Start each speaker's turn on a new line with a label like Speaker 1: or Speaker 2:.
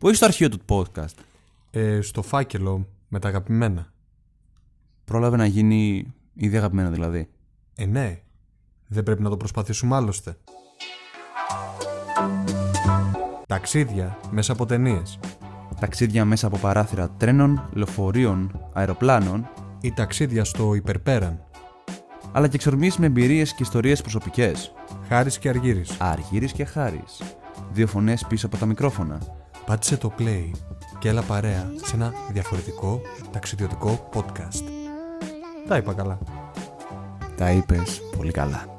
Speaker 1: Πού έχει το αρχείο του podcast.
Speaker 2: Ε, στο φάκελο με τα αγαπημένα.
Speaker 1: Πρόλαβε να γίνει ήδη αγαπημένο δηλαδή.
Speaker 2: Ε, ναι. Δεν πρέπει να το προσπαθήσουμε άλλωστε. Ταξίδια μέσα από ταινίες
Speaker 1: Ταξίδια μέσα από παράθυρα τρένων, λεωφορείων, αεροπλάνων,
Speaker 2: ή ταξίδια στο υπερπέραν.
Speaker 1: αλλά και εξορμήσει με εμπειρίες και ιστορίες προσωπικές.
Speaker 2: Χάρης και Αργύρης.
Speaker 1: Αργύρης και Χάρης. Δύο φωνές πίσω από τα μικρόφωνα.
Speaker 2: Πάτησε το play και έλα παρέα σε ένα διαφορετικό ταξιδιωτικό podcast. Τα είπα καλά.
Speaker 1: Τα είπες πολύ καλά.